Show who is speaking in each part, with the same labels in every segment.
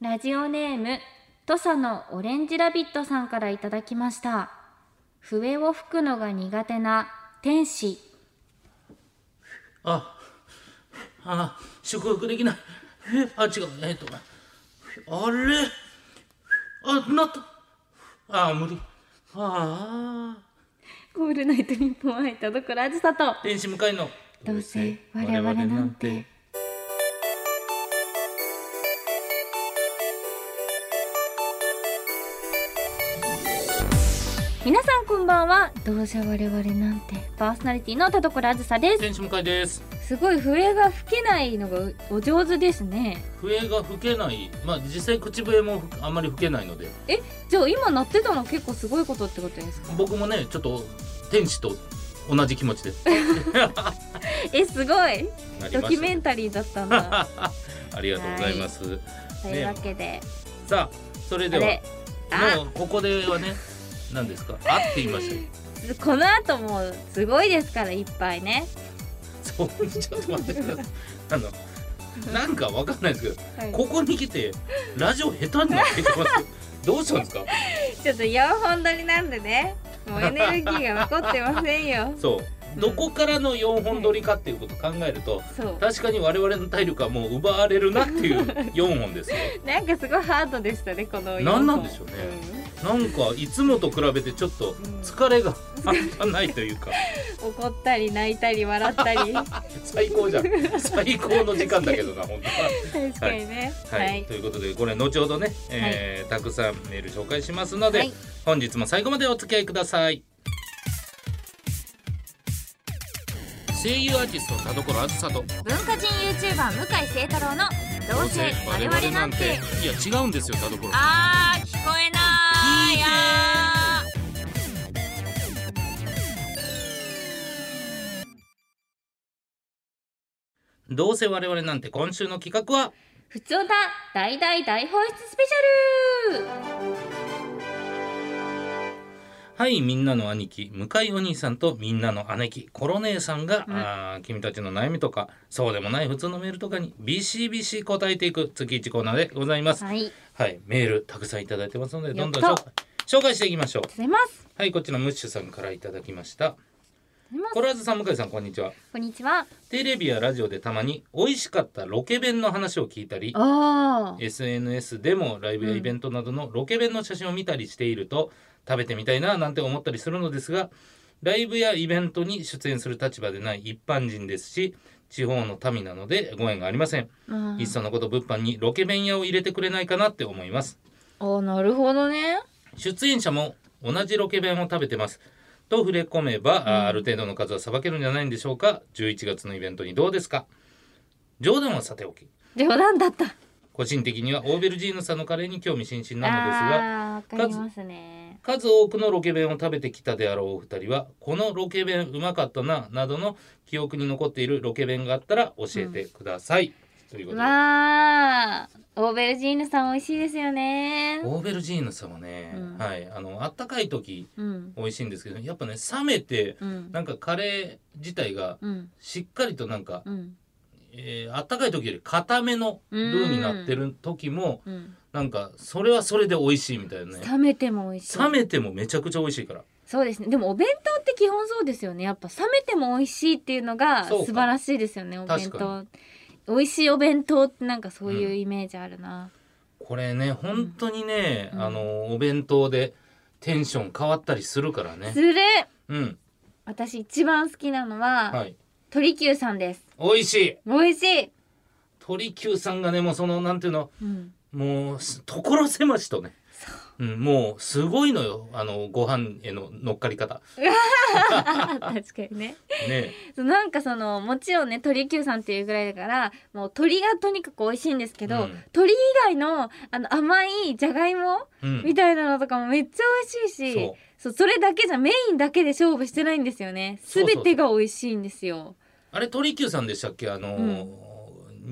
Speaker 1: ラジオネーム土佐のオレンジラビットさんからいただきました笛を吹くのが苦手な天使
Speaker 2: あ、あ、祝福できない。えあ、違う。えっと、あれあ、なった。あ、無理。ああ。
Speaker 1: ゴールナイトニッポン愛田所あずさと
Speaker 2: 天使向かいの。
Speaker 1: どうせ我々なんて。皆さんこんばんはどうせ我々なんてパーソナリティの田所あずさです
Speaker 2: 天使向かいです。
Speaker 1: すごい笛が吹けないのがお上手ですね
Speaker 2: 笛が吹けない。まあ、実際口笛も吹あんまり吹けないので、
Speaker 1: えじゃあ今鳴ってたの結構すごいことってことです か
Speaker 2: 僕もね、ちょっと天使と同じ気持ちです。
Speaker 1: えすごい
Speaker 2: なり
Speaker 1: ド
Speaker 2: ま
Speaker 1: キュ
Speaker 2: し
Speaker 1: メンタリーだったんだ
Speaker 2: た。ありがとうございます。
Speaker 1: というわけで
Speaker 2: さあ、それ
Speaker 1: あ
Speaker 2: では。
Speaker 1: れあ
Speaker 2: もうここではね何ですかあって言いましたよ
Speaker 1: この後もすごいですからいっぱいね、
Speaker 2: そうちょっと待ってくださいあのなんかわかんないですけど
Speaker 1: はい
Speaker 2: ここに来てラジオ下手になってきてますよどうしたんですか
Speaker 1: ちょっと4本撮りなんでねもうエネルギーが残ってません よ
Speaker 2: そうどこからの4本撮りかっていうことを考えると
Speaker 1: そう
Speaker 2: 確かに我々の体力はもう奪われるなっていう4本ですよ
Speaker 1: なんかすごいハードでしたねこの4
Speaker 2: 何
Speaker 1: 本
Speaker 2: なんでしょうねなんかいつもと比べてちょっと疲れが半端ないというか
Speaker 1: うん怒ったり泣いたり笑 ったり
Speaker 2: 最高じゃん最高の時間だけどな本当は。
Speaker 1: 確かにね
Speaker 2: はい、ということでこれ後ほどね、えーたくさんメール紹介しますので、
Speaker 1: はい
Speaker 2: 本日も最後までお付き合いください声優アーティスト田所あずさと
Speaker 1: 文化人 YouTuber 向井聖太郎の「どうせ我々なんて
Speaker 2: いや違うんですよ田所」
Speaker 1: あー聞こえない
Speaker 2: いいね
Speaker 1: あー
Speaker 2: どうせ我々なんて今週の企画は
Speaker 1: ふつおた大大大放出スペシャル
Speaker 2: はいみんなの兄貴向井お兄さんとみんなの姉貴コロ姉さんが、
Speaker 1: うん
Speaker 2: あー君たちの悩みとかそうでもない普通のメールとかにビシビシ答えていく月1コーナーでございます、
Speaker 1: はい
Speaker 2: はい、メールたくさんいただいてますので、どんどん
Speaker 1: や
Speaker 2: 紹
Speaker 1: っ
Speaker 2: 介紹介していきましょう。
Speaker 1: ございます
Speaker 2: はい、こちらムッシュさんからいただきました。
Speaker 1: ございます
Speaker 2: コラーズさん、向井さん、こんにちは。
Speaker 1: こんにちは
Speaker 2: テレビやラジオでたまに美味しかったロケ弁の話を聞いたり、
Speaker 1: あー
Speaker 2: SNS でもライブやイベントなどのロケ弁の写真を見たりしていると、食べてみたいななんて思ったりするのですが、ライブやイベントに出演する立場でない一般人ですし、地方の民なのでご縁がありません。
Speaker 1: うん
Speaker 2: いっそのこと物販にロケ弁屋を入れてくれないかなって思います。
Speaker 1: あーなるほどね
Speaker 2: 出演者も同じロケ弁を食べてますと触れ込めば、あーある程度の数はさばけるんじゃないんでしょうか11月のイベントにどうですか冗談はさておき
Speaker 1: 冗談だった
Speaker 2: 個人的にはオーベルジーヌさんのカレーに興味津々なのです
Speaker 1: あ
Speaker 2: が
Speaker 1: ーわかりますね
Speaker 2: 数多くのロケ弁を食べてきたであろうお二人はこのロケ弁うまかったななどの記憶に残っているロケ弁があったら教えてください、ということで
Speaker 1: わあオーベルジーヌさん美味しいですよね
Speaker 2: オーベルジーヌさんはね、
Speaker 1: うん
Speaker 2: はいあのあったかい時
Speaker 1: うん
Speaker 2: 美味しいんですけどやっぱね冷めて
Speaker 1: うん
Speaker 2: なんかカレー自体が
Speaker 1: うん
Speaker 2: しっかりとなんか、
Speaker 1: うん
Speaker 2: えー、あったかい時より固めのルーになってる時も
Speaker 1: うん
Speaker 2: なんかそれはそれで美味しいみたいなね
Speaker 1: 冷めても美味しい
Speaker 2: 冷めてもめちゃくちゃ美味しいから
Speaker 1: そうですねでもお弁当って基本そうですよねやっぱ冷めても美味しいっていうのが
Speaker 2: そうか
Speaker 1: 素晴らしいですよねお弁
Speaker 2: 確か
Speaker 1: 当美味しいお弁当ってなんかそういうイメージあるな、
Speaker 2: これね本当にね、
Speaker 1: うん
Speaker 2: あのお弁当でテンション変わったりするからね
Speaker 1: する
Speaker 2: うん
Speaker 1: 私一番好きなのは、
Speaker 2: はい
Speaker 1: 鳥久さんです
Speaker 2: 美味しい
Speaker 1: 美味しい、
Speaker 2: 鳥久さんがねもうそのなんていうの
Speaker 1: うん、
Speaker 2: もうす所狭しとねうん、もうすごいのよあのご飯への乗っかり方
Speaker 1: あ確かにね
Speaker 2: ね
Speaker 1: そうなんかそのもちろんね鳥久さんっていうぐらいだからもう鳥がとにかく美味しいんですけど、
Speaker 2: うん
Speaker 1: 鳥以外のあの甘いじゃがいも
Speaker 2: うん
Speaker 1: みたいなのとかもめっちゃ美味しいし、
Speaker 2: そう
Speaker 1: そうそれだけじゃメインだけで勝負してないんですよね
Speaker 2: そう
Speaker 1: す
Speaker 2: そうそ
Speaker 1: べ
Speaker 2: う
Speaker 1: てが美味しいんですよ
Speaker 2: あれ鳥久さんでしたっけあのー、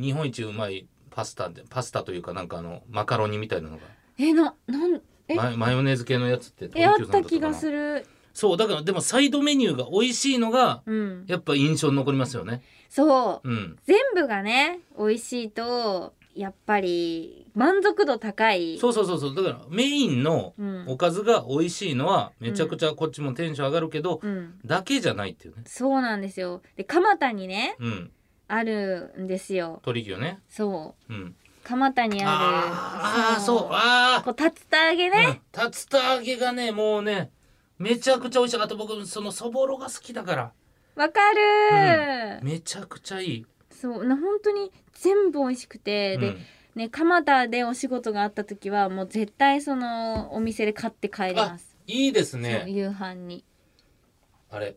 Speaker 2: 日本一うまいパスタでパスタというかなんかあのマカロニみたいなのが
Speaker 1: えななんえ
Speaker 2: マヨマヨネーズ系のやつって
Speaker 1: えあっ
Speaker 2: だ
Speaker 1: た気がす
Speaker 2: る
Speaker 1: る
Speaker 2: そうだからでもサイドメニューが美味しいのが
Speaker 1: うん
Speaker 2: やっぱ印象に残りますよね
Speaker 1: そう
Speaker 2: うん
Speaker 1: 全部がね美味しいとやっぱり満足度高い
Speaker 2: そうそうそうそうだからメインの
Speaker 1: うん
Speaker 2: おかずが美味しいのはめちゃくちゃこっちもテンション上がるけど、
Speaker 1: うん、
Speaker 2: だけじゃないっていうね
Speaker 1: そうなんですよで蒲田にね
Speaker 2: うん
Speaker 1: あるんですよ
Speaker 2: 鳥木をね
Speaker 1: そ
Speaker 2: うん
Speaker 1: う蒲田にあ
Speaker 2: あーあ
Speaker 1: る
Speaker 2: ーそうあ
Speaker 1: こう竜田揚げ
Speaker 2: あ、
Speaker 1: ね、
Speaker 2: うん、竜田揚げがねもうねめちゃくちゃ美味しいあと僕そのそぼろが好きだから
Speaker 1: わかるー、
Speaker 2: めちゃくちゃいい、
Speaker 1: そうな本当に全部美味しくて、
Speaker 2: う
Speaker 1: で
Speaker 2: ん
Speaker 1: ね蒲田でお仕事があった時はもう絶対そのお店で買って帰ります、
Speaker 2: いいです
Speaker 1: そう
Speaker 2: ね
Speaker 1: 夕飯に
Speaker 2: あれ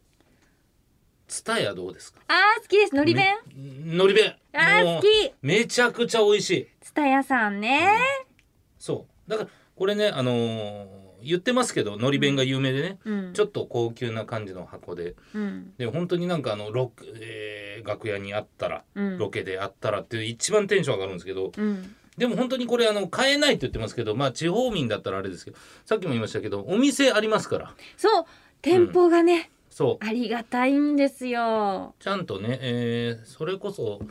Speaker 2: ツタヤどうですか
Speaker 1: あー好きですのり弁
Speaker 2: めのり弁
Speaker 1: あー
Speaker 2: もう
Speaker 1: 好き
Speaker 2: めちゃくちゃ美味しい
Speaker 1: つたやさんね
Speaker 2: そうだからこれねあのー言ってますけどのり弁が有名でね、
Speaker 1: うん
Speaker 2: ちょっと高級な感じの箱で
Speaker 1: うん
Speaker 2: で本当になんかあのロケ、えー楽屋にあったら
Speaker 1: うん
Speaker 2: ロケであったらっていう一番テンション上がるんですけど
Speaker 1: うん
Speaker 2: でも本当にこれあの買えないって言ってますけどまあ地方民だったらあれですけどさっきも言いましたけどお店ありますから
Speaker 1: そう店舗がね、
Speaker 2: そう
Speaker 1: ありがたいんですよ
Speaker 2: ちゃんとね、えーそれこそ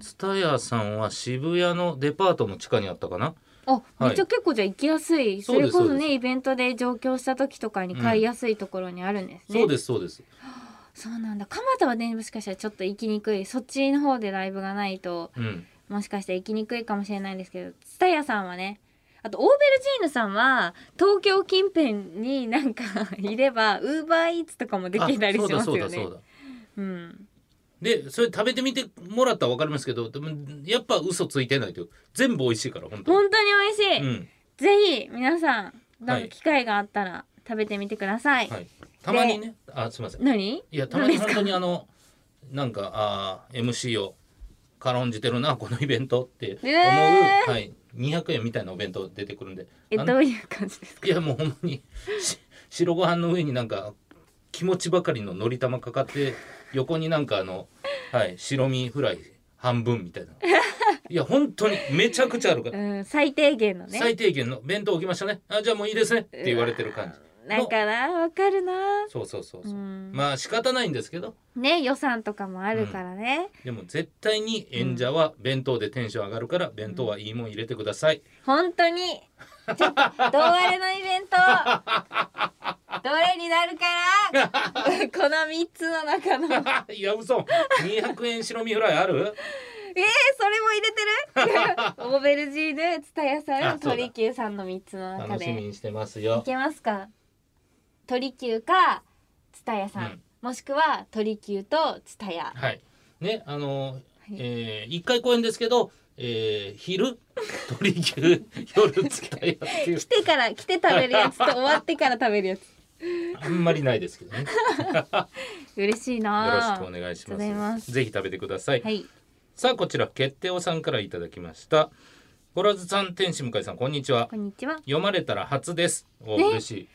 Speaker 2: 蔦屋さんは渋谷のデパートの地下にあったかな
Speaker 1: あ、めっちゃ結構じゃあ行きやすいそ
Speaker 2: そう
Speaker 1: れ
Speaker 2: です
Speaker 1: こそ
Speaker 2: そうで
Speaker 1: ねイベントで上京した時とかに買いやすいところにあるんですね、
Speaker 2: そうですそうです
Speaker 1: そうなんだ蒲田はねもしかしたらちょっと行きにくいそっちの方でライブがないと
Speaker 2: うん
Speaker 1: もしかしたら行きにくいかもしれないんですけど蔦屋さんはねあとオーベルジーヌさんは東京近辺になんか いればウーバーイーツとかもできたりし
Speaker 2: あ
Speaker 1: ます
Speaker 2: そうだ
Speaker 1: よ
Speaker 2: そうだそ
Speaker 1: ね
Speaker 2: うだ
Speaker 1: うん
Speaker 2: でそれ食べてみてもらったら分かりますけどでもやっぱ嘘ついてないという全部美味しいから本当に
Speaker 1: 本当に美味し
Speaker 2: う
Speaker 1: い、
Speaker 2: ん
Speaker 1: ぜひ皆さんなん
Speaker 2: は
Speaker 1: か
Speaker 2: い
Speaker 1: 機会があったら食べてみてください、
Speaker 2: はいたまにねあすいません
Speaker 1: 何
Speaker 2: いやたまに
Speaker 1: 何
Speaker 2: 本当にあのなんかあー MC を軽んじてるな このイベントって思う、
Speaker 1: えー
Speaker 2: はい、200円みたいなお弁当出てくるんで
Speaker 1: え
Speaker 2: あ
Speaker 1: ど
Speaker 2: の
Speaker 1: ういう感じですか
Speaker 2: いやもうほんまにし白ご飯の上になんか気持ちばかりののり玉かか って横になんかあの、はい、白身フライ半分みた いないや本当にめちゃくちゃあるから
Speaker 1: うん最低限のね
Speaker 2: 最低限の弁当置きましたねあじゃあもういいですねって言われてる感じ
Speaker 1: だからわかるな
Speaker 2: そうそうそう
Speaker 1: う
Speaker 2: そう、
Speaker 1: ん
Speaker 2: まあ仕方ないんですけど
Speaker 1: ね予算とかもあるからね、
Speaker 2: でも絶対に演者は弁当でテンション上がるから弁当はいいもん入れてください、
Speaker 1: 本当 にちょっと胴割れのイベントどれになるかな この3つの中のえー、
Speaker 2: いや嘘200円白身フライある
Speaker 1: それも入れてる オーベルジーヌ蔦屋さん
Speaker 2: あそうだ
Speaker 1: 鳥久さんの3つの中
Speaker 2: 楽しみ
Speaker 1: で
Speaker 2: にしてます
Speaker 1: い
Speaker 2: よ
Speaker 1: けますか鳥久か蔦屋さん、
Speaker 2: うん
Speaker 1: もしくは鳥久と蔦屋
Speaker 2: はいねあの、えー、1回公演ですけど、え ー、昼鳥牛夜つたやっていう
Speaker 1: 来てから来て食べるやつと終わってから食べるやつ
Speaker 2: あんまりないですけどねよ
Speaker 1: 嬉しい
Speaker 2: ろ
Speaker 1: な
Speaker 2: しくお願いし
Speaker 1: ありがとうござい
Speaker 2: ま
Speaker 1: ますす
Speaker 2: ぜひ食べてください
Speaker 1: はい
Speaker 2: さあこちら決定おさんからいただきましたゴラズさん天使向井さんこんにちは
Speaker 1: こんにちは
Speaker 2: 読まれたら初ですお
Speaker 1: ね
Speaker 2: 嬉しい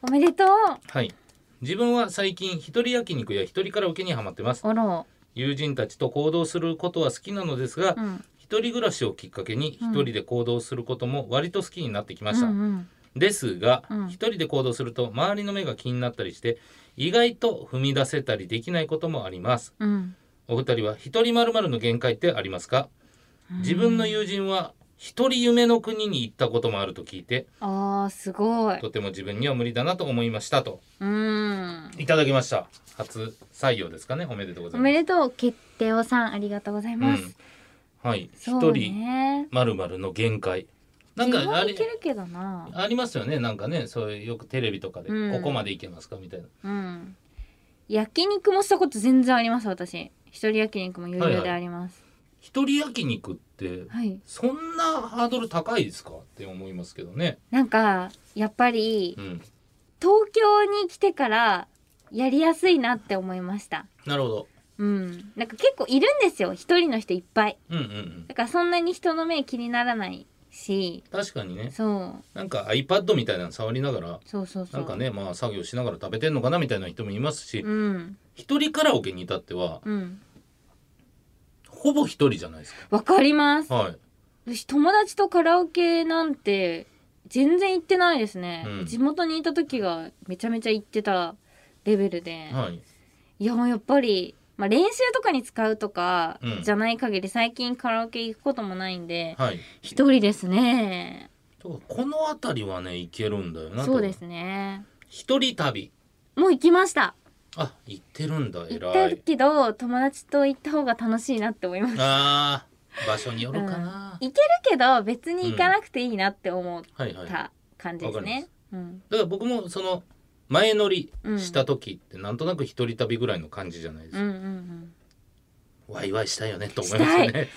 Speaker 1: おめでとう
Speaker 2: はい自分は最近一人焼肉や一人カラオケにハマってます
Speaker 3: おろ
Speaker 2: 友人たちと行動することは好きなのですが、
Speaker 1: うん
Speaker 2: 一人暮らしをきっかけに一人で行動することも割と好きになってきま
Speaker 3: う
Speaker 2: し
Speaker 3: ん
Speaker 2: た、
Speaker 3: うん
Speaker 2: ですが、
Speaker 3: うん
Speaker 2: 一人で行動すると周りの目が気になったりして意外と踏み出せたりできないこともあります
Speaker 3: うん
Speaker 2: お二人は一人まるの限界ってありますか自分の友人は一人夢の国に行ったこともあると聞いて
Speaker 1: あーすごい
Speaker 2: とても自分には無理だなと思いましたと
Speaker 1: うん
Speaker 2: いただきました初採用ですかねおめでとうござ
Speaker 1: お
Speaker 2: いま
Speaker 1: めで
Speaker 2: す
Speaker 1: とう決定おさんありがとうございます、
Speaker 2: うん、はい一、
Speaker 1: そう
Speaker 2: 人
Speaker 1: ね
Speaker 2: まるまるの限界なん
Speaker 1: 自分
Speaker 2: かあ
Speaker 1: はい
Speaker 2: れ
Speaker 1: けるけどな
Speaker 2: ありますよねなんかねそういうよくテレビとかで、
Speaker 1: うん
Speaker 2: ここまでいけますかみたいな
Speaker 1: うん焼肉もしたこと全然あります私一人焼肉も余裕であります
Speaker 2: 一人焼肉って
Speaker 1: はい、
Speaker 2: そんなハードル高いですかって思いますけどね
Speaker 1: なんかやっぱり
Speaker 2: うん
Speaker 1: 東京に来てからやりやすいなって思いました
Speaker 2: なるほど
Speaker 1: うんなんか結構いるんですよ一人の人いっぱい
Speaker 2: うんうんうん
Speaker 1: だからそんなに人の目気にならないし
Speaker 2: 確かにね
Speaker 1: そう
Speaker 2: なんか iPad みたいなの触りながら
Speaker 1: そうそうそう
Speaker 2: なんかねまあ作業しながら食べてんのかなみたいな人もいますし、
Speaker 1: うん
Speaker 2: 一人カラオケに至っては
Speaker 1: うん
Speaker 2: ほぼ一人じゃないです
Speaker 1: わかります
Speaker 2: かはい
Speaker 1: 私友達とカラオケなんて全然行ってないですね、
Speaker 2: うん
Speaker 1: 地元にいた時がめちゃめちゃ行ってたレベルで、
Speaker 2: はい
Speaker 1: いやもうやっぱりまあ、練習とかに使うとか
Speaker 2: うん
Speaker 1: じゃない限り最近カラオケ行くこともないんで
Speaker 2: はい。
Speaker 1: 一、人ですね
Speaker 2: とかこの辺りはね行けるんだよなと
Speaker 1: そうですね
Speaker 2: 一人旅
Speaker 1: もう行きました
Speaker 2: あ行ってるんだ
Speaker 1: 行っ
Speaker 2: 偉
Speaker 1: た
Speaker 2: い
Speaker 1: けど友達と行った方が楽しいなって思います
Speaker 2: あー場所によるかな、
Speaker 1: 行けるけど別に行かなくていいなって思っ
Speaker 2: はいはいだか
Speaker 1: た感じですね、うん
Speaker 2: ら僕もその前乗りした時ってなんとなく一人旅ぐらいの感じじゃないです
Speaker 1: うん
Speaker 2: か、
Speaker 1: うんうん
Speaker 2: ワイワイしたいよねと思いますよね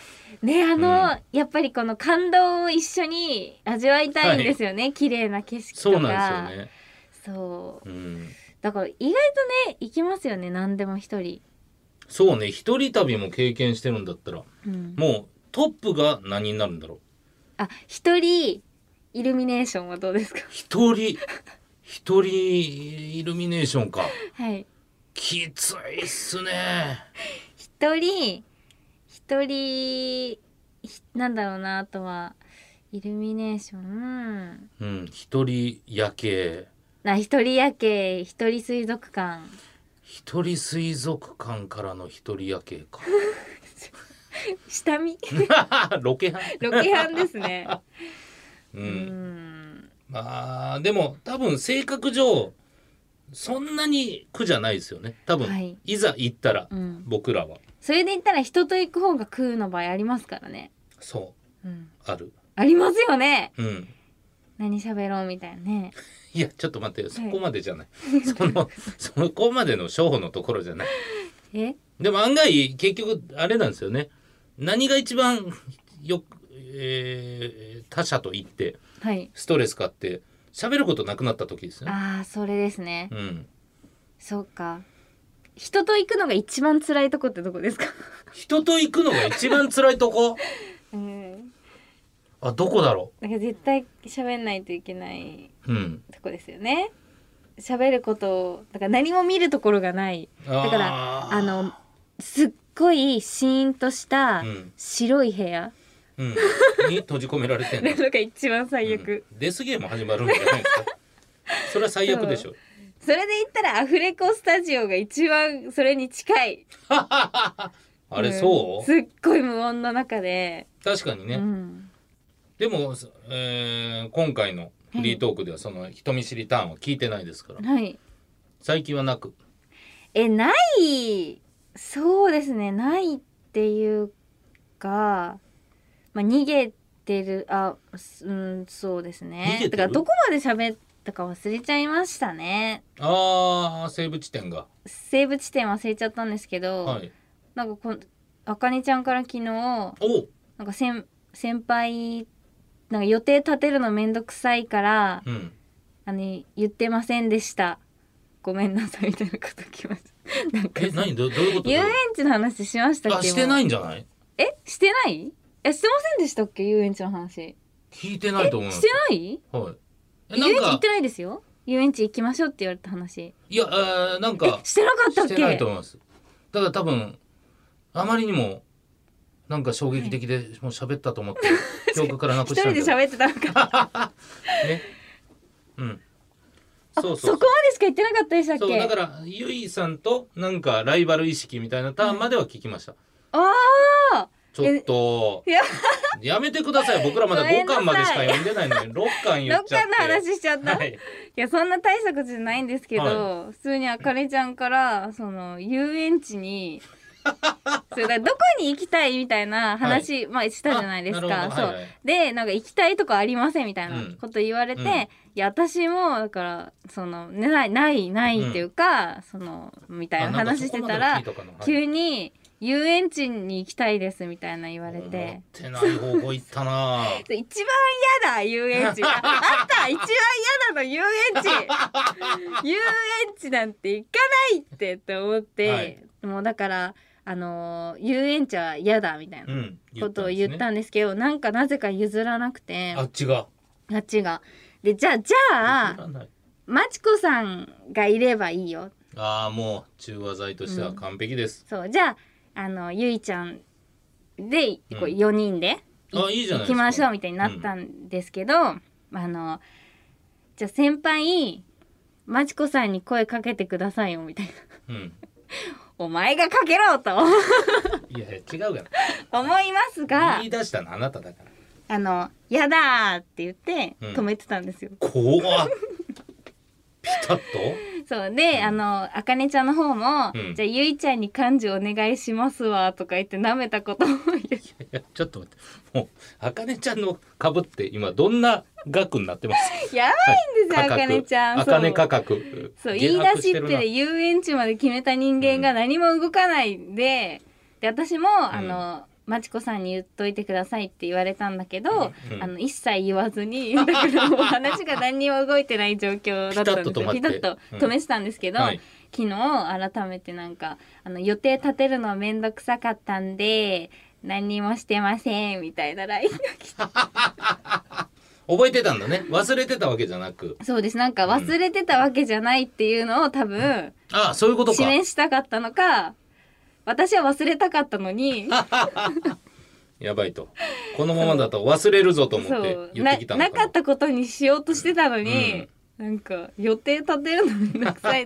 Speaker 1: ねあの、
Speaker 2: う
Speaker 1: やっぱりこの感動を一緒に味わいたいんですよね、綺麗な景色と
Speaker 2: そ
Speaker 1: か
Speaker 2: うなんですよね
Speaker 1: そう
Speaker 2: うん
Speaker 1: だから意外とね行きますよね何でも一人、
Speaker 2: そうね一人旅も経験してるんだったら
Speaker 1: うん
Speaker 2: もうトップが何になるんだろう
Speaker 1: あ一人イルミネーションはどうですか
Speaker 2: 一人一人イルミネーションか
Speaker 1: はい
Speaker 2: きついっすね
Speaker 1: 一人一人ひなんだろうなあとはイルミネーション
Speaker 2: うん一人夜景
Speaker 1: な一人夜景一人水族館
Speaker 2: 一人水族館からの一人夜景 か
Speaker 1: 下見
Speaker 2: ロケハン
Speaker 1: ロケハンですね
Speaker 2: う
Speaker 1: うんん
Speaker 2: まあでも多分性格上そんなに苦じゃないですよね多分、
Speaker 1: はい
Speaker 2: い、ざ行ったら、
Speaker 1: うん
Speaker 2: 僕らは
Speaker 1: それで言ったら人と行く方が空の場合ありますからね、
Speaker 2: そ
Speaker 1: うん、
Speaker 2: うある
Speaker 1: ありますよね
Speaker 2: うん
Speaker 1: 何喋ろうみたいなね
Speaker 2: いやちょっと待ってそこまでじゃない、その そこまでの勝負のところじゃない
Speaker 1: え
Speaker 2: でも案外結局あれなんですよね何が一番よく、えー他者と言って
Speaker 1: はい
Speaker 2: ストレスかって喋ることなくなった時ですね。
Speaker 1: ああそれですね
Speaker 2: うん、
Speaker 1: そうか人と行くのが一番辛いとこってどこですか
Speaker 2: 人と行くのが一番辛いとこ
Speaker 1: うん
Speaker 2: あどこだろ、
Speaker 1: だから絶対喋んないといけないう
Speaker 2: うん、
Speaker 1: とこですよね喋ることをだから何も見るところがない
Speaker 2: だ
Speaker 1: からあのすっごいシーンとした
Speaker 2: うん
Speaker 1: 白い部屋
Speaker 2: うん、に閉じ込められてん の
Speaker 1: なのが一番最悪、
Speaker 2: うんデスゲーム始まるんじゃないですかそれは最悪でしょ
Speaker 1: それで言ったらアフレコスタジオが一番それに近い
Speaker 2: あれ
Speaker 1: ん
Speaker 2: そう、
Speaker 1: すっごい無音の中で、
Speaker 2: 確かにね、
Speaker 1: うん
Speaker 2: でも、えー今回のフリートークではその人見知りターンは聞いてないですから
Speaker 1: はい
Speaker 2: 最近はなく
Speaker 1: えないそうですねないっていうか、まあ、逃げてるあすうんそうですね
Speaker 2: 逃げてる
Speaker 1: だからどこまで喋ったか忘れちゃいましたね
Speaker 2: あーセーブ地点が
Speaker 1: セーブ地点忘れちゃったんですけど、
Speaker 2: はい
Speaker 1: なんかこんあかねちゃんから昨日なん
Speaker 2: お
Speaker 1: か先先輩なんか予定立てるのめんどくさいから
Speaker 2: うん
Speaker 1: あの言ってませんでしたごめんなさいみたいなこと来 ましたなんか
Speaker 2: え何どどういうこと
Speaker 1: 遊園地の話しましたっけ
Speaker 2: あしてないいんじゃない
Speaker 1: えしてないえしてませんでしたっけ遊園地の話
Speaker 2: 聞いてないと思いま
Speaker 1: し
Speaker 2: す
Speaker 1: てない
Speaker 2: はいえ
Speaker 1: 遊園地行
Speaker 2: な
Speaker 1: っ
Speaker 2: んか
Speaker 1: てないですよ遊園地行きましょうって言われた話
Speaker 2: いやえーなん
Speaker 1: え
Speaker 2: か
Speaker 1: してなかったっ
Speaker 2: してない
Speaker 1: け
Speaker 2: と思いますだから多分あまりにもなんか衝撃的で、もう喋ったと 思って記憶からなく
Speaker 1: 一
Speaker 2: した
Speaker 1: 人
Speaker 2: ん
Speaker 1: で
Speaker 2: だよ
Speaker 1: 喋ってたのか
Speaker 2: ねうん
Speaker 1: あ
Speaker 2: そう
Speaker 1: そ
Speaker 2: そう
Speaker 1: こまでしか言ってなかったでしたっ
Speaker 2: そうだか
Speaker 1: け
Speaker 2: らゆいさんとなんかライバル意識みたいなターンまでは聞きました、
Speaker 1: ああ
Speaker 2: ちょっと
Speaker 1: えいや
Speaker 2: やめてください僕らまだ
Speaker 1: ごめ
Speaker 2: 5
Speaker 1: んなさい
Speaker 2: 巻までしか読んでないのに6巻言
Speaker 1: ど
Speaker 2: っ
Speaker 1: っ
Speaker 2: ちゃっ
Speaker 1: か
Speaker 2: て
Speaker 1: の話しちゃった、、
Speaker 2: はいい、
Speaker 1: やそんな大したことじゃないんですけど、
Speaker 2: は
Speaker 1: 普通にあかねちゃんからその遊園地 にそれだからどこに行きたいみたいな話、まあしたじゃないです
Speaker 2: あ
Speaker 1: か、
Speaker 2: なるほ
Speaker 1: そ
Speaker 2: ど
Speaker 1: う、
Speaker 2: はいはい
Speaker 1: でなんか行きたいとこありませんみたいな
Speaker 2: うん
Speaker 1: こと言われて、
Speaker 2: うん
Speaker 1: いや私もだからそのねないないないっていうか、そのみたい
Speaker 2: あ
Speaker 1: な
Speaker 2: なんか
Speaker 1: 話し
Speaker 2: そ
Speaker 1: て
Speaker 2: こま
Speaker 1: た
Speaker 2: では
Speaker 1: ら
Speaker 2: 聞いたかなはい
Speaker 1: 急に遊園地に行きたいですみたいな言われ
Speaker 2: 思
Speaker 1: て
Speaker 2: っ。てない方向行ったなぁ
Speaker 1: 一番嫌だ遊園地 ああった一番嫌なの遊園地遊園地なんて行かないってって思って、
Speaker 2: はい
Speaker 1: もうだからあのー遊園地は嫌だみたいな
Speaker 2: うん
Speaker 1: ことを言っ
Speaker 2: ん
Speaker 1: たんですけど、なんかなぜか譲らなくて
Speaker 2: ですねあ違う
Speaker 1: あっちが。でじゃあじゃあ
Speaker 2: 譲らない
Speaker 1: マチコさんがいればいいよ。
Speaker 2: ああもう中和剤としては完璧です、
Speaker 1: そうじゃああのゆいちゃんでこう
Speaker 2: うん
Speaker 1: 4人で
Speaker 2: あいいじゃないですか
Speaker 1: 行きましょうみたいになったんですけど、あのじゃあ先輩マチコさんに声かけてくださいよみたいな
Speaker 2: うん
Speaker 1: 「お前がかけろと
Speaker 2: いやいや違うか
Speaker 1: 思います
Speaker 2: ら
Speaker 1: が
Speaker 2: 言い出したのあなただから
Speaker 1: あの「やだ!」って言って
Speaker 2: うん
Speaker 1: 止めてたんですよ。
Speaker 2: 怖っピタッと
Speaker 1: そうで、あのあかねちゃんの方も、
Speaker 2: うん
Speaker 1: じゃあゆいちゃんに漢字お願いしますわ」とか言って舐めたことも言う
Speaker 2: いやちょっと待ってもうあかねちゃんの株って今どんな額になっ てま す
Speaker 1: やばいんですよあかねちゃん。
Speaker 2: あかね
Speaker 1: そう
Speaker 2: 価格
Speaker 1: そう言
Speaker 2: 下
Speaker 1: い
Speaker 2: 落
Speaker 1: 出しって
Speaker 2: るな
Speaker 1: で遊園地まで決めた人間が何も動かないで,、で私も、あのまちこさんに言っといてくださいって言われたんだけど、
Speaker 2: うん
Speaker 1: あの一切言わずに だからもう話が何にも動いてない状況だったんですよピ
Speaker 2: ピタ
Speaker 1: タ
Speaker 2: ッ
Speaker 1: ッ
Speaker 2: と止まっ
Speaker 1: と
Speaker 2: て
Speaker 1: 止めてたんですけど、
Speaker 2: はい
Speaker 1: 昨日改めてなんかあの予定立てるのは面倒くさかったんで何にもしてませんみたいな LINE が来た
Speaker 2: 覚えてたんだね忘れてたわけじゃなく
Speaker 1: そうですなんか忘れてたわけじゃないっていうのを多分、
Speaker 2: あそういうことか
Speaker 1: 示したかったのか私は忘れたかったのに
Speaker 2: やばいとこのままだと忘れるぞと思
Speaker 1: そ
Speaker 2: って
Speaker 1: う
Speaker 2: 言って
Speaker 1: な
Speaker 2: きたの
Speaker 1: な
Speaker 2: かな
Speaker 1: かったことにしようとしてたのに、なんか予定立てるのめんどく さいい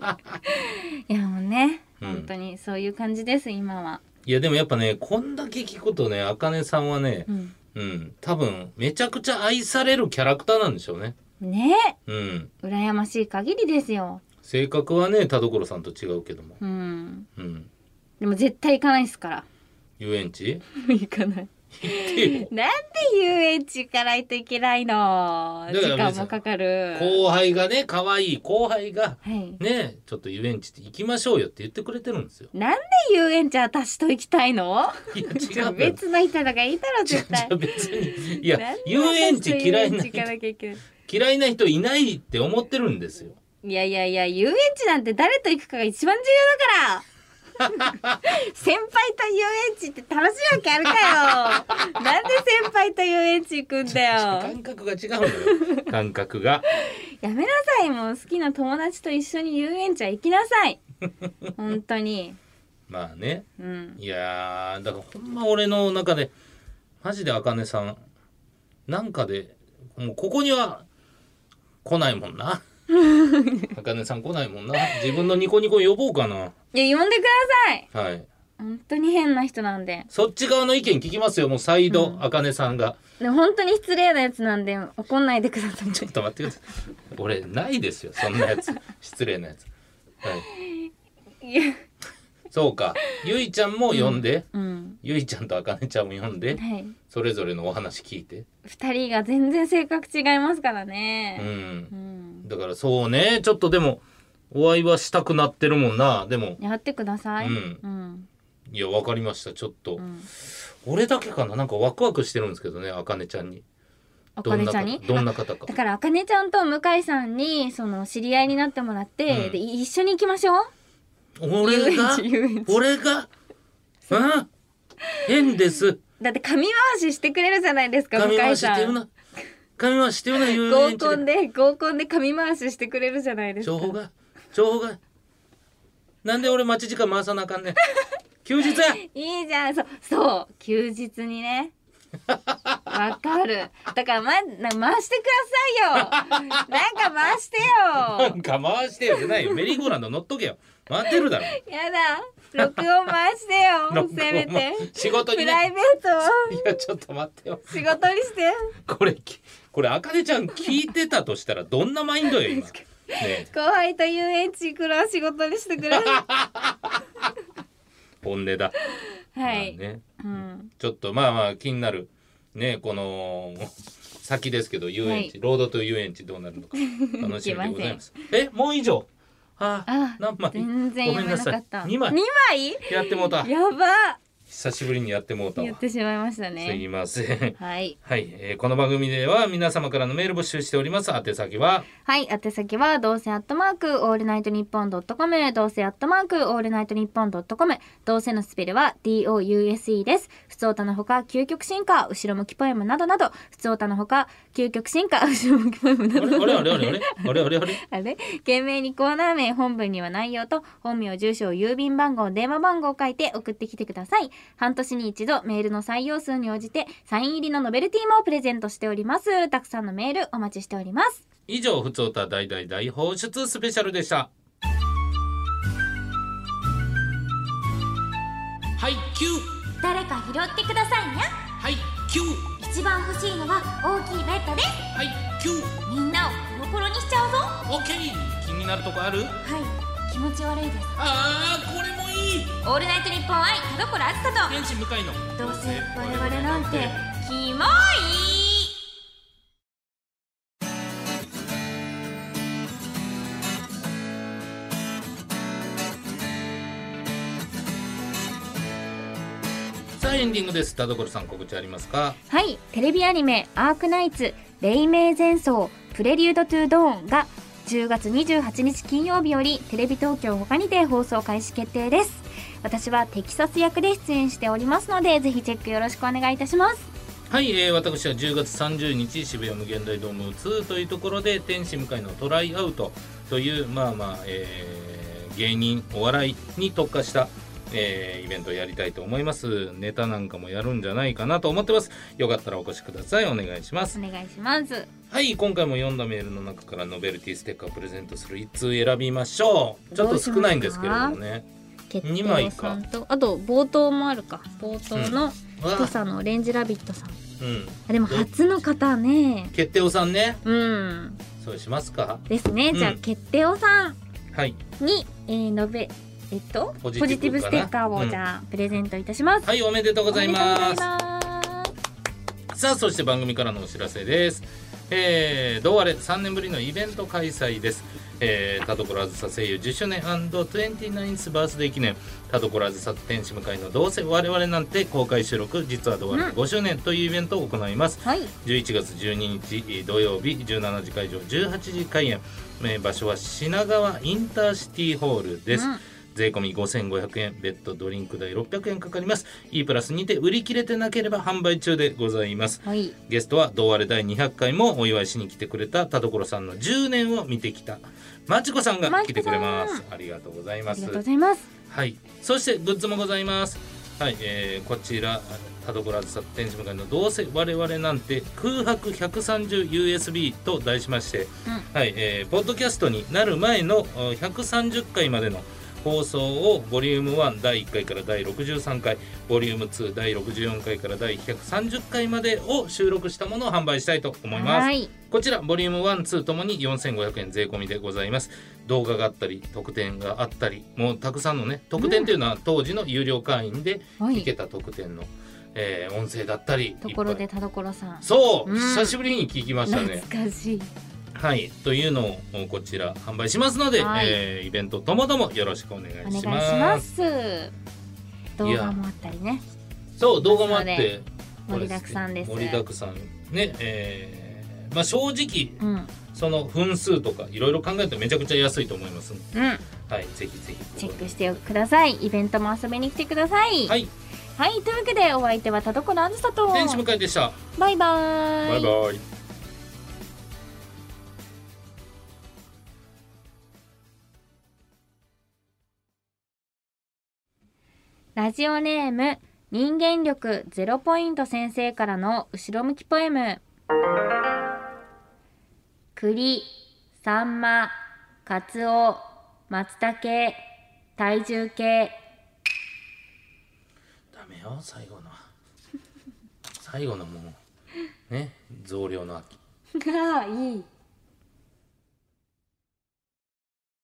Speaker 1: やもうね、
Speaker 2: うん
Speaker 1: 本当にそういう感じです今は、
Speaker 2: いやでもやっぱねこんだけ聞くとねあかねさんはね
Speaker 1: うん、
Speaker 2: うん多分めちゃくちゃ愛されるキャラクターなんでしょうね
Speaker 1: ね
Speaker 2: うん
Speaker 1: 羨ましい限りですよ、
Speaker 2: 性格はね田所さんと違うけども
Speaker 1: うん、
Speaker 2: うん
Speaker 1: でも絶対行かないですから
Speaker 2: 遊 園地
Speaker 1: 行かない
Speaker 2: 行ってよ
Speaker 1: なんで遊園地から行っていけないの
Speaker 2: だか
Speaker 1: 時
Speaker 2: ら
Speaker 1: 間もかかる
Speaker 2: 後輩がね可愛い後輩が
Speaker 1: はい
Speaker 2: ねちょっと遊園地って行きましょうよって言ってくれてるんで すよ
Speaker 1: なんで遊園地私と行きたいの
Speaker 2: いや
Speaker 1: ち
Speaker 2: 違
Speaker 1: ょ
Speaker 2: うよ
Speaker 1: 別の人とかいたろ
Speaker 2: じゃ
Speaker 1: 絶対
Speaker 2: あ別にい
Speaker 1: な
Speaker 2: や
Speaker 1: んで
Speaker 2: 遊園地嫌いな
Speaker 1: 遊園地行か
Speaker 2: 人
Speaker 1: なきゃいけない
Speaker 2: 嫌いな人いないって思ってるんですよ
Speaker 1: いやいやいや遊園地なんて誰と行くかが一番重要だから 先輩と遊園地って楽しいわけあるかよなんで先輩と遊園地行くんだよ
Speaker 2: 感覚が違うんだよ感覚が
Speaker 1: やめなさいもう好きな友達と一緒に遊園地は行きなさい本当に
Speaker 2: まあね
Speaker 1: うん
Speaker 2: いやーだからほんま俺の中でマジであかねさんなんかでもうここには来ないもん なあかねさん来ないもんな自分のニコニコ呼ぼうかない
Speaker 1: や呼んでください
Speaker 2: はい
Speaker 1: 本当に変な人なんで
Speaker 2: そっち側の意見聞きますよもう再度、あかねさんが
Speaker 1: でも本当に失礼なやつなんで怒んないでください
Speaker 2: ちょっと待ってください俺ないですよそんなやつ失礼なやつはい
Speaker 1: いや
Speaker 2: そうかゆいちゃんも呼んで、
Speaker 1: うん
Speaker 2: ゆいちゃんとあかねちゃんも呼ん
Speaker 1: は
Speaker 2: で
Speaker 1: い
Speaker 2: それぞれのお話聞いて
Speaker 1: 二人が全然性格違いますから
Speaker 2: う
Speaker 1: ね。
Speaker 2: ん
Speaker 1: うん。
Speaker 2: だからそうねちょっとでもお会いはしたくなってるもんなでも
Speaker 1: やってください。
Speaker 2: うん
Speaker 1: うん。
Speaker 2: いやわかりましたちょっと、
Speaker 1: うん。
Speaker 2: 俺だけかななんかワクワクしてるんですけどねあかねちゃんに
Speaker 1: あ
Speaker 2: ど
Speaker 1: か
Speaker 2: ん
Speaker 1: ね
Speaker 2: な
Speaker 1: ちゃ
Speaker 2: 方
Speaker 1: んに。
Speaker 2: どん
Speaker 1: あ
Speaker 2: な方か
Speaker 1: だからあかねちゃんと向井さんにその知り合いになってもらって、
Speaker 2: うん
Speaker 1: で一緒に行きましょう。
Speaker 2: 俺が
Speaker 1: 遊園地遊園地
Speaker 2: 俺がうん変です
Speaker 1: だって髪回ししてくれるじゃないですか向
Speaker 2: 髪回
Speaker 1: 井
Speaker 2: し
Speaker 1: さ
Speaker 2: てる
Speaker 1: ん。
Speaker 2: な髪回ししてるな遊
Speaker 1: 合
Speaker 2: 園地
Speaker 1: コン
Speaker 2: で
Speaker 1: で合コンで髪回ししてくれるじゃないです
Speaker 2: 情
Speaker 1: か。
Speaker 2: 報が情報がなんで俺待ち時間回さなあかんねん休日 や
Speaker 1: いいじゃんそうそう休日に ねわかるだから、ま、な回してくださいよなんか回して
Speaker 2: な
Speaker 1: よ
Speaker 2: んか 回してよじゃないよメリーゴーランド乗っとけよ回って るだろ
Speaker 1: やだ録音回してよ
Speaker 2: 録音
Speaker 1: せめて
Speaker 2: 仕事に
Speaker 1: プ
Speaker 2: ね
Speaker 1: ライベートを
Speaker 2: いやちょっと待ってよ
Speaker 1: 仕事にして
Speaker 2: これきこれあかねちゃん聞いてたとしたらどんなマインドよ今ねえ
Speaker 1: 後輩と遊園地行くのは仕事にしてくれ は
Speaker 2: 本音だ、
Speaker 1: い、
Speaker 2: まあね、
Speaker 1: うん、
Speaker 2: ちょっとまあまあ気になるねこの先ですけど遊園地、
Speaker 1: は
Speaker 2: ロードと遊園地どうなるのか楽しみでござ いますえもう以上あ
Speaker 1: あ
Speaker 2: 何枚
Speaker 1: 全然読めなかった
Speaker 2: ごめんなさい2枚
Speaker 1: 二枚
Speaker 2: やってもうた
Speaker 1: やば
Speaker 2: 久しぶりにやってもうたわ
Speaker 1: 言ってしまいました
Speaker 2: す
Speaker 1: ね
Speaker 2: いません
Speaker 1: はい
Speaker 2: はい、えーこの番組では皆様からのメール募集しております。宛先は、
Speaker 1: はい、宛先は、どうせアットマーク、オールナイトニッポンドットコム、どうせアットマーク、オールナイトニッポンドットコム、どうせのスペルは DOUSE です。普通歌のほか、究極進化、後ろ向きポエムなどなど、普通歌のほか、究極進化、 後ろ向きポエム
Speaker 2: あ
Speaker 1: な
Speaker 2: れ
Speaker 1: ど
Speaker 2: あ
Speaker 1: な
Speaker 2: れ
Speaker 1: ど。
Speaker 2: あれあれあれあれあれあれ
Speaker 1: あれ懸命にコーナー名、本文には内容と、本名、住所、郵便番号、電話番号を書いて送ってきてください。半年に一度、メールの採用数に応じて、サイン入りのノベルティもプレゼントしております。たくさんのメール、お待ちしております。
Speaker 2: 以上、ふつおた大大大放出スペシャルでした。配給
Speaker 3: 誰か拾ってくださいにゃ
Speaker 2: 配給
Speaker 3: 一番欲しいのは大きいベッドです
Speaker 2: 配給
Speaker 3: みんなをコロコロにしちゃうぞ
Speaker 2: オッケー気になるとこある
Speaker 3: はい気持ち悪いです
Speaker 2: あーこれもいい
Speaker 3: オールナイトニッポン愛田所あずさ
Speaker 2: 天使向かいの
Speaker 3: とどうせ我々なんてキモい
Speaker 2: さあエンディングです田所さん告知ありますか
Speaker 1: はい、テレビアニメ「アークナイツ黎明前奏プレリュード・トゥ・ドーン」が10月28日金曜日よりテレビ東京他にて放送開始決定です私はテキサス役で出演しておりますのでぜひチェックよろしくお願いいたします
Speaker 2: はい、えー私は10月30日渋谷無限大ドーム2というところで天使向かいのトライアウトというまあまあ、えー芸人お笑いに特化した、えーイベントをやりたいと思いますネタなんかもやるんじゃないかなと思ってますよかったらお越しくださいお願いします
Speaker 1: お願いします
Speaker 2: はい今回も読んだメールの中からノベルティステッカーをプレゼントする1通選びましょうちょっと少ないんですけれどもね
Speaker 1: 決
Speaker 2: 二枚
Speaker 1: 定
Speaker 2: か
Speaker 1: さんとあと冒頭もあるか冒頭の土
Speaker 2: わあ
Speaker 1: 佐のオレンジラビットさん
Speaker 2: うん
Speaker 1: あでも初の方ね
Speaker 2: 決定おさんね
Speaker 1: うん
Speaker 2: そうしますか
Speaker 1: ですねじゃあ、
Speaker 2: うん
Speaker 1: 決定おさん
Speaker 2: はい
Speaker 1: に、えー、のべえっとポ
Speaker 2: ポジ
Speaker 1: ジ
Speaker 2: ティブかな
Speaker 1: ティブステッカーを
Speaker 2: うん
Speaker 1: じゃあ、プレゼントいたします。
Speaker 2: はいおめでとうござい
Speaker 1: おめ
Speaker 2: ま
Speaker 1: ですとうございます
Speaker 2: さあそして番組からのお知らせです。えー、どうあれ3年ぶりのイベント開催です。えー、田所あずさ声優10周年 &29th バースデー記念田所あずさと天使向かいのどうせ我々なんて公開収録実はどうあれ5周年というイベントを行います。
Speaker 1: はい、
Speaker 2: 11月12日えー土曜日17時会場18時開演えー場所は品川インターシティホールです、
Speaker 1: うん
Speaker 2: 税込み5500円別途ドリンク代600円かかります E プラスにて売り切れてなければ販売中でございます
Speaker 1: はい、
Speaker 2: ゲストは「どうあれ第200回」もお祝いしに来てくれた田所さんの10年を見てきたまちこさんが来てくれます
Speaker 1: まちこ
Speaker 2: ありがとうござい
Speaker 1: あ
Speaker 2: ま
Speaker 1: りが
Speaker 2: す
Speaker 1: とうございます。
Speaker 2: はい、そしてグッズもございます。はい、えーこちら田所あずさ展示向かいの「どうせ我々なんて空白 130USB」と題しまして、はいえーポッドキャストになる前のお130回までの放送をボリューム1第1回から第63回ボリューム2第64回から第130回までを収録したものを販売したいと思います。
Speaker 1: はい、
Speaker 2: こちら、ボリューム1、2ともに4500円税込みでございます。動画があったり、特典があったり、もうたくさんのね、特典というのは当時の有料会員で
Speaker 1: は
Speaker 2: 聞け
Speaker 1: い、
Speaker 2: た特典の、えー音声だったり、
Speaker 1: ところ
Speaker 2: い
Speaker 1: で
Speaker 2: っぱ
Speaker 1: 田所さん
Speaker 2: い。そう、
Speaker 1: うん
Speaker 2: 久しぶりに聞きましたね。
Speaker 1: 懐かしい。
Speaker 2: はい、というのをこちら販売しますので、
Speaker 1: はい
Speaker 2: えーイベントともどもよろしくお願い
Speaker 1: お願い
Speaker 2: し
Speaker 1: し
Speaker 2: ま。
Speaker 1: ますす。動画もあったりね。
Speaker 2: そう、動画もあっ
Speaker 1: なの
Speaker 2: て、
Speaker 1: 盛りだくさんです
Speaker 2: 盛りだくさん。ね、えーまあ正直、
Speaker 1: うん、うん、
Speaker 2: その分数とかいろいろ考えるとめちゃくちゃ安いと思いますのではい、ぜひぜひ。
Speaker 1: チェックしてください。イベントも遊びに来てください。、
Speaker 2: はいい、
Speaker 1: はい、というわけでお相手は田所あずさと。
Speaker 2: 天使迎えでした。
Speaker 1: バイバーイ。
Speaker 2: バイ。
Speaker 1: ラジオネーム人間力ゼロポイント先生からの後ろ向きポエム栗サンマカツオ松茸体重計
Speaker 2: ダメよ、最後の。最後のもう。ね、増量の秋。
Speaker 1: がいい